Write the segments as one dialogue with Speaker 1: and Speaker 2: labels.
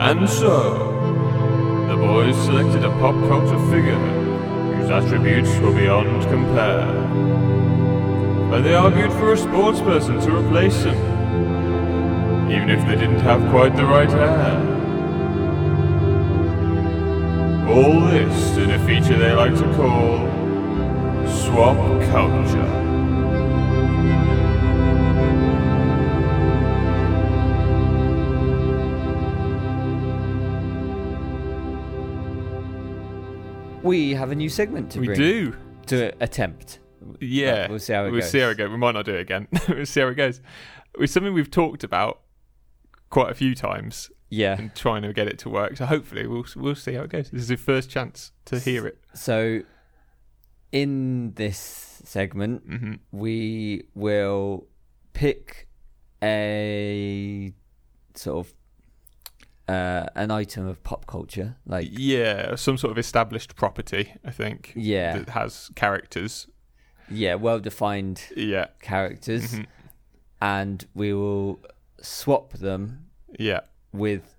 Speaker 1: And so, the boys selected a pop culture figure whose attributes were beyond compare. But they argued for a sports person to replace him, even if they didn't have quite the right hair. All this in a feature they like to call swap culture.
Speaker 2: We have a new segment to
Speaker 3: we
Speaker 2: bring.
Speaker 3: do.
Speaker 2: To attempt.
Speaker 3: Yeah.
Speaker 2: We'll see how it
Speaker 3: We'll
Speaker 2: goes.
Speaker 3: see how it goes. We might not do it again. we'll see how it goes. It's something we've talked about quite a few times
Speaker 2: Yeah.
Speaker 3: and trying to get it to work. So hopefully we'll we'll see how it goes. This is your first chance to hear it.
Speaker 2: So, in this segment, we will pick a sort of uh, an item of pop culture, like
Speaker 3: Yeah, some sort of established property, I think.
Speaker 2: Yeah.
Speaker 3: That has characters.
Speaker 2: yeah, well-defined
Speaker 3: Yeah.
Speaker 2: characters,
Speaker 3: Mm-hmm.
Speaker 2: and we will swap them
Speaker 3: Yeah.
Speaker 2: with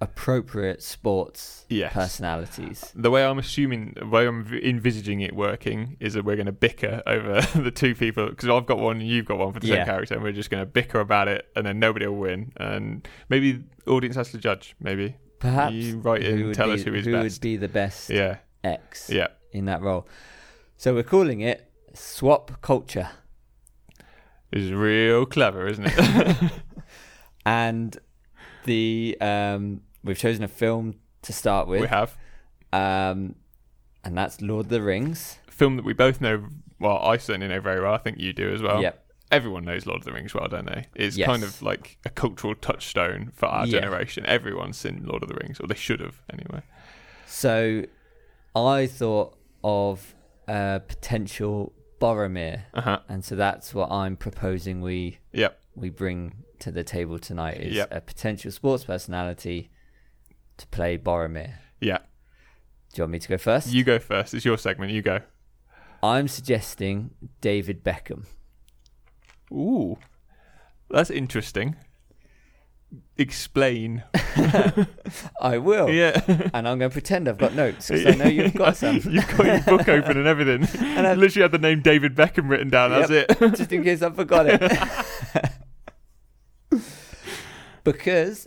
Speaker 2: appropriate sports
Speaker 3: Yes.
Speaker 2: personalities.
Speaker 3: The way I'm assuming, the way I'm v- envisaging it working is that we're going to bicker over the two people because I've got one and you've got one for the
Speaker 2: Yeah.
Speaker 3: same character, and we're just going to bicker about it, and then nobody will win, and maybe the audience has to judge. Maybe
Speaker 2: Perhaps
Speaker 3: you write
Speaker 2: who
Speaker 3: in,
Speaker 2: would
Speaker 3: tell
Speaker 2: be-
Speaker 3: us who is
Speaker 2: who
Speaker 3: best.
Speaker 2: would be the best
Speaker 3: yeah,
Speaker 2: X
Speaker 3: yeah,
Speaker 2: in that role. So we're calling it swap culture.
Speaker 3: it's real clever, isn't it?
Speaker 2: and the um, we've chosen a film to start
Speaker 3: we
Speaker 2: with,
Speaker 3: have
Speaker 2: um, and that's Lord of the Rings.
Speaker 3: a film that we both know. Well, I certainly know very well. I think you do as well.
Speaker 2: Yep.
Speaker 3: Everyone knows Lord of the Rings well, don't they? It's
Speaker 2: Yes.
Speaker 3: kind of like a cultural touchstone for our
Speaker 2: Yeah.
Speaker 3: generation. Everyone's seen Lord of the Rings, or they should have anyway.
Speaker 2: So I thought of a potential Boromir,
Speaker 3: Uh huh.
Speaker 2: and so that's what I'm proposing we
Speaker 3: Yep.
Speaker 2: we bring to the table tonight is
Speaker 3: Yep.
Speaker 2: a potential sports personality to play Boromir.
Speaker 3: Yeah.
Speaker 2: Do you want me to go first?
Speaker 3: You go first. It's your segment. You go.
Speaker 2: I'm suggesting David Beckham.
Speaker 3: Ooh, that's interesting. Explain.
Speaker 2: I will.
Speaker 3: Yeah.
Speaker 2: And I'm going to pretend I've got notes because I know Oh. you've got some.
Speaker 3: You've got your book open and everything.
Speaker 2: And I-
Speaker 3: you literally had the name David Beckham written down. That's it.
Speaker 2: just in case I forgot it. because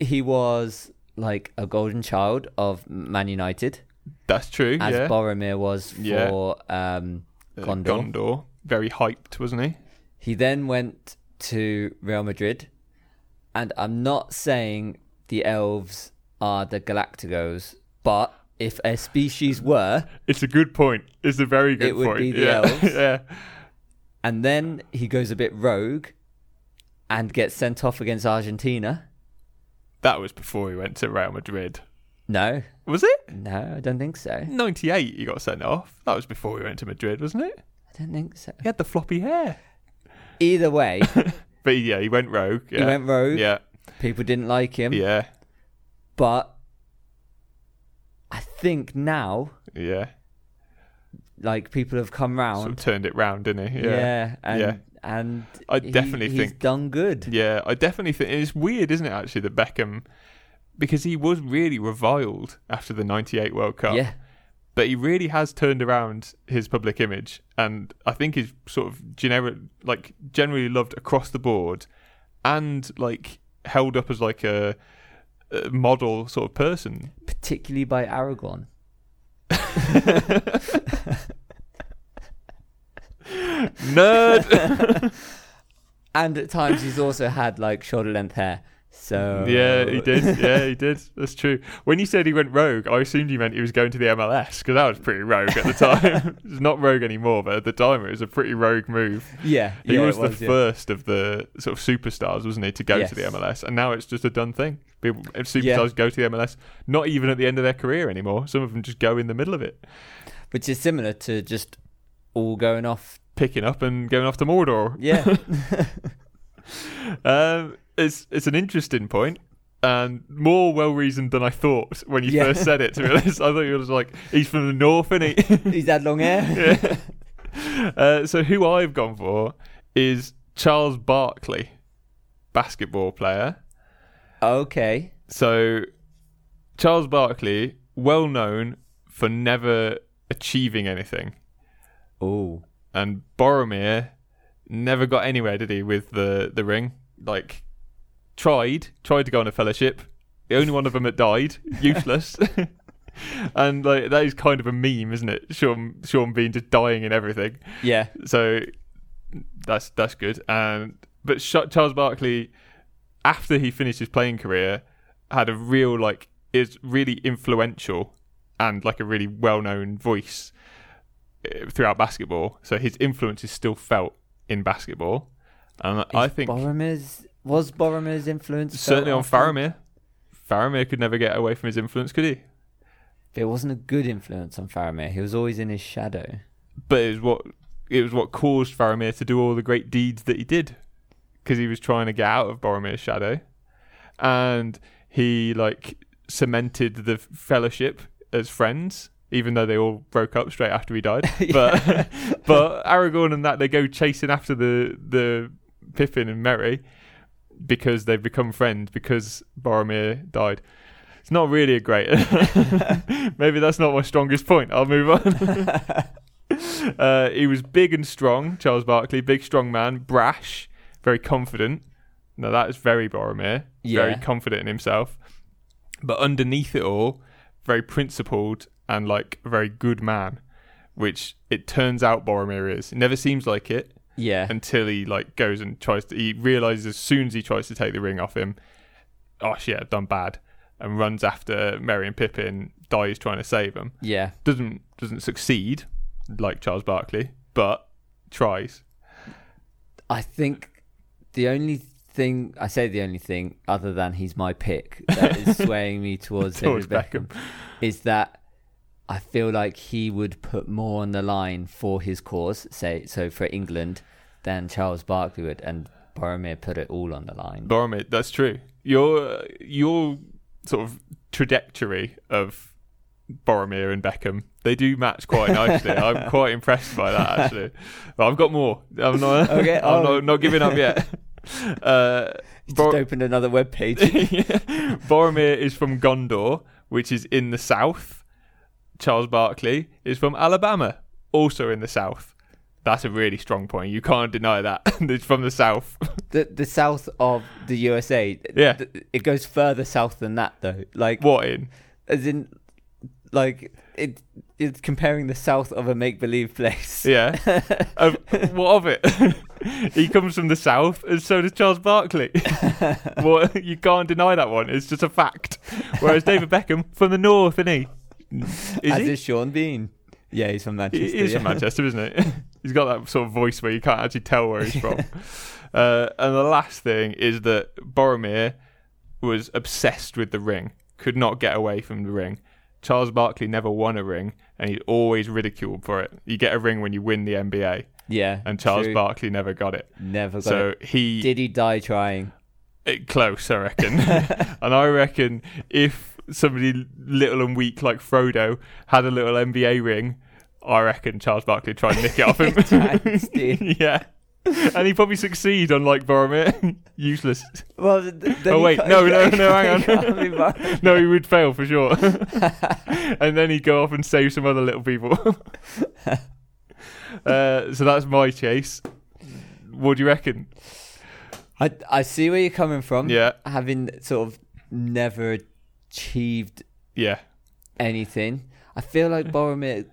Speaker 2: he was like a golden child of Man United,
Speaker 3: That's true.
Speaker 2: as
Speaker 3: yeah.
Speaker 2: Boromir was
Speaker 3: Yeah.
Speaker 2: for um,
Speaker 3: Uh,
Speaker 2: Gondor.
Speaker 3: Gondor. Very hyped, wasn't he?
Speaker 2: He then went to Real Madrid, and I'm not saying the elves are the Galacticos, but if a species were,
Speaker 3: It's a good point. It's a very good
Speaker 2: It would
Speaker 3: point.
Speaker 2: be the
Speaker 3: yeah.
Speaker 2: elves.
Speaker 3: yeah.
Speaker 2: and then he goes a bit rogue and gets sent off against Argentina.
Speaker 3: That was before he went to Real Madrid.
Speaker 2: No,
Speaker 3: Was it?
Speaker 2: no, I don't think so.
Speaker 3: 98 he got sent off. That was before he went to Madrid, wasn't it?
Speaker 2: I don't think so.
Speaker 3: He had the floppy hair.
Speaker 2: Either way,
Speaker 3: But yeah, he went rogue. Yeah.
Speaker 2: he went rogue.
Speaker 3: Yeah.
Speaker 2: People didn't like him.
Speaker 3: Yeah.
Speaker 2: But I think now,
Speaker 3: Yeah.
Speaker 2: like people have come
Speaker 3: Sort of
Speaker 2: round.
Speaker 3: turned it round, didn't he?
Speaker 2: yeah. and
Speaker 3: Yeah.
Speaker 2: and
Speaker 3: I
Speaker 2: he-
Speaker 3: definitely
Speaker 2: he's
Speaker 3: think-
Speaker 2: done good.
Speaker 3: Yeah, I definitely think it's weird, isn't it? Actually, that Beckham, because he was really reviled after the '98 World Cup,
Speaker 2: Yeah,
Speaker 3: but he really has turned around his public image, and I think is sort of generic, like generally loved across the board, and like held up as like a, a model sort of person.
Speaker 2: particularly by Aragon.
Speaker 3: Nerd.
Speaker 2: And at times he's also had like shoulder length hair. So
Speaker 3: yeah,
Speaker 2: Uh,
Speaker 3: he did. Yeah, he did. That's true. When you said he went rogue, I assumed you meant he was going to the MLS because that was pretty rogue at the time. it's not rogue anymore, but at the time it was a pretty rogue move.
Speaker 2: Yeah,
Speaker 3: He
Speaker 2: yeah,
Speaker 3: was,
Speaker 2: it
Speaker 3: the
Speaker 2: yeah.
Speaker 3: first of the sort of superstars, wasn't he, to go
Speaker 2: Yes.
Speaker 3: to the MLS? And now it's just a done thing. People, if superstars
Speaker 2: Yeah.
Speaker 3: go to the MLS, not even at the end of their career anymore. Some of them just go in the middle of it,
Speaker 2: which is similar to just all going off.
Speaker 3: picking up and going off to Mordor.
Speaker 2: Yeah,
Speaker 3: Um, it's it's an interesting point and more well reasoned than I thought when you
Speaker 2: Yeah.
Speaker 3: first said it. To be honest, I thought it was like he's from the north, isn't he?
Speaker 2: he's had long hair.
Speaker 3: Yeah. uh, so who I've gone for is Charles Barkley, basketball player.
Speaker 2: Okay,
Speaker 3: So Charles Barkley, well known for never achieving anything,
Speaker 2: Oh,
Speaker 3: and Boromir never got anywhere, did he, with the the ring? Like tried, tried to go on a fellowship. The only one of them that died, useless. and like that is kind of a meme, isn't it? Sean Sean Bean just dying in everything.
Speaker 2: yeah.
Speaker 3: So that's that's good. And but Sh- Charles Barkley, after he finished his playing career, had a real like is really influential and like a really well known voice eh, throughout basketball. So his influence is still felt in basketball, and I
Speaker 2: Is
Speaker 3: think
Speaker 2: Boromir's was Boromir's influence
Speaker 3: certainly
Speaker 2: felt
Speaker 3: on
Speaker 2: on him?
Speaker 3: Faramir. Faramir could never get away from his influence, could he?
Speaker 2: There wasn't a good influence on Faramir. He was always in his shadow.
Speaker 3: But it was what it was what caused Faramir to do all the great deeds that he did, because he was trying to get out of Boromir's shadow, and he like cemented the fellowship as friends, even though they all broke up straight after he died. But but Aragorn and that they go chasing after the the Pippin and Merry because they've become friends because Boromir died. It's not really a great. Maybe that's not my strongest point. I'll move on. uh, he was big and strong, Charles Barkley, big strong man, brash, very confident. Now that is very Boromir, very
Speaker 2: Yeah.
Speaker 3: confident in himself. But underneath it all, very principled and like a very good man, which it turns out Boromir is. It never seems like it,
Speaker 2: Yeah.
Speaker 3: until he like goes and tries to he realizes as soon as he tries to take the ring off him oh shit i've done bad and runs after merry and pippin dies trying to save him
Speaker 2: yeah.
Speaker 3: doesn't doesn't succeed like charles barkley but tries
Speaker 2: I think the only thing I say the only thing other than he's my pick that is swaying me towards,
Speaker 3: Towards
Speaker 2: David Beckham, is that I feel like he would put more on the line for his cause, say so for England, than Charles Barkley would, and Boromir put it all on the line.
Speaker 3: boromir that's true your your sort of trajectory of boromir and beckham they do match quite nicely i'm quite impressed by that actually but i've got more i'm not
Speaker 2: Okay,
Speaker 3: i'm
Speaker 2: oh.
Speaker 3: not, not giving up yet uh
Speaker 2: He's
Speaker 3: Bor-
Speaker 2: just opened another web page.
Speaker 3: Boromir is from Gondor, which is in the south. Charles Barkley is from Alabama, also in the south. That's a really strong point. You can't deny that. it's from the south.
Speaker 2: the the south of the USA.
Speaker 3: Yeah.
Speaker 2: th- it goes further south than that though. Like
Speaker 3: what in?
Speaker 2: as in like it it's comparing the south of a make believe place.
Speaker 3: Yeah. of, what of it? he comes from the south, and so does Charles Barkley. what? You can't deny that one. It's just a fact. Whereas David Beckham from the north, isn't he? Is
Speaker 2: As
Speaker 3: he?
Speaker 2: is Sean Bean. Yeah, he's from Manchester.
Speaker 3: He is
Speaker 2: yeah.
Speaker 3: from Manchester, isn't it? he's got that sort of voice where you can't actually tell where he's from. uh, and the last thing is that Boromir was obsessed with the ring, could not get away from the ring. Charles Barkley never won a ring, and he's always ridiculed for it. You get a ring when you win the NBA,
Speaker 2: Yeah,
Speaker 3: and Charles
Speaker 2: true.
Speaker 3: Barkley never got it.
Speaker 2: never got
Speaker 3: so
Speaker 2: it.
Speaker 3: he
Speaker 2: Did he die trying?
Speaker 3: it close, I reckon. and I reckon if somebody little and weak like Frodo had a little NBA ring, I reckon Charles Barkley would try and nick it off him.
Speaker 2: Try and steal.
Speaker 3: yeah. And he probably succeed, unlike Boromir. Useless.
Speaker 2: Well, th- th- then
Speaker 3: Oh,
Speaker 2: he
Speaker 3: wait,
Speaker 2: can't-
Speaker 3: no,
Speaker 2: he
Speaker 3: no,
Speaker 2: can't-
Speaker 3: no, hang
Speaker 2: he can't be bar-
Speaker 3: No, he would fail for sure. and then he'd go off and save some other little people. uh, so that's my chase. What do you reckon?
Speaker 2: I I see where you're coming from.
Speaker 3: Yeah.
Speaker 2: having sort of never achieved
Speaker 3: Yeah.
Speaker 2: anything. I feel like Boromir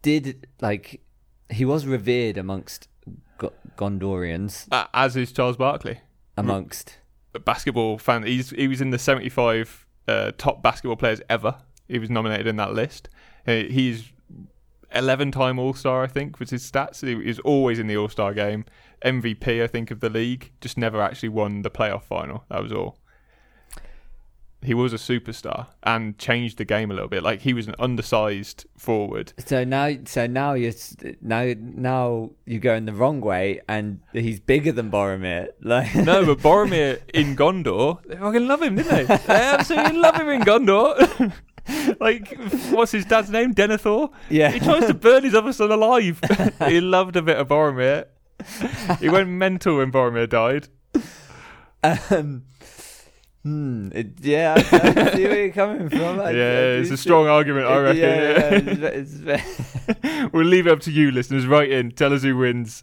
Speaker 2: did like he was revered amongst Go- Gondorians,
Speaker 3: Uh, as is Charles Barkley.
Speaker 2: amongst
Speaker 3: basketball fan. He's he was in the 75 uh, top basketball players ever. He was nominated in that list. Uh, he's 11 time All Star, I think, was his stats. He was always in the All Star game. MVP, I think, of the league. Just never actually won the playoff final. That was all. He was a superstar and changed the game a little bit. Like he was an undersized forward.
Speaker 2: So now, so now you're s- now now you're going the wrong way, and he's bigger than Boromir. Like
Speaker 3: No, but Boromir in Gondor, they fucking love him, didn't they? They absolutely love him in Gondor. like, what's his dad's name? Denethor?
Speaker 2: Yeah.
Speaker 3: He tries to burn his other son alive. he loved a bit of Boromir. He went mental when Boromir died.
Speaker 2: um, Hmm. it- yeah, I, I can see where you're coming from. I- I
Speaker 3: yeah,
Speaker 2: do
Speaker 3: it's a
Speaker 2: see-
Speaker 3: strong argument, I reckon.
Speaker 2: Yeah,
Speaker 3: yeah.
Speaker 2: yeah, it's, it's,
Speaker 3: we'll leave it up to you, listeners. Write in, tell us who wins.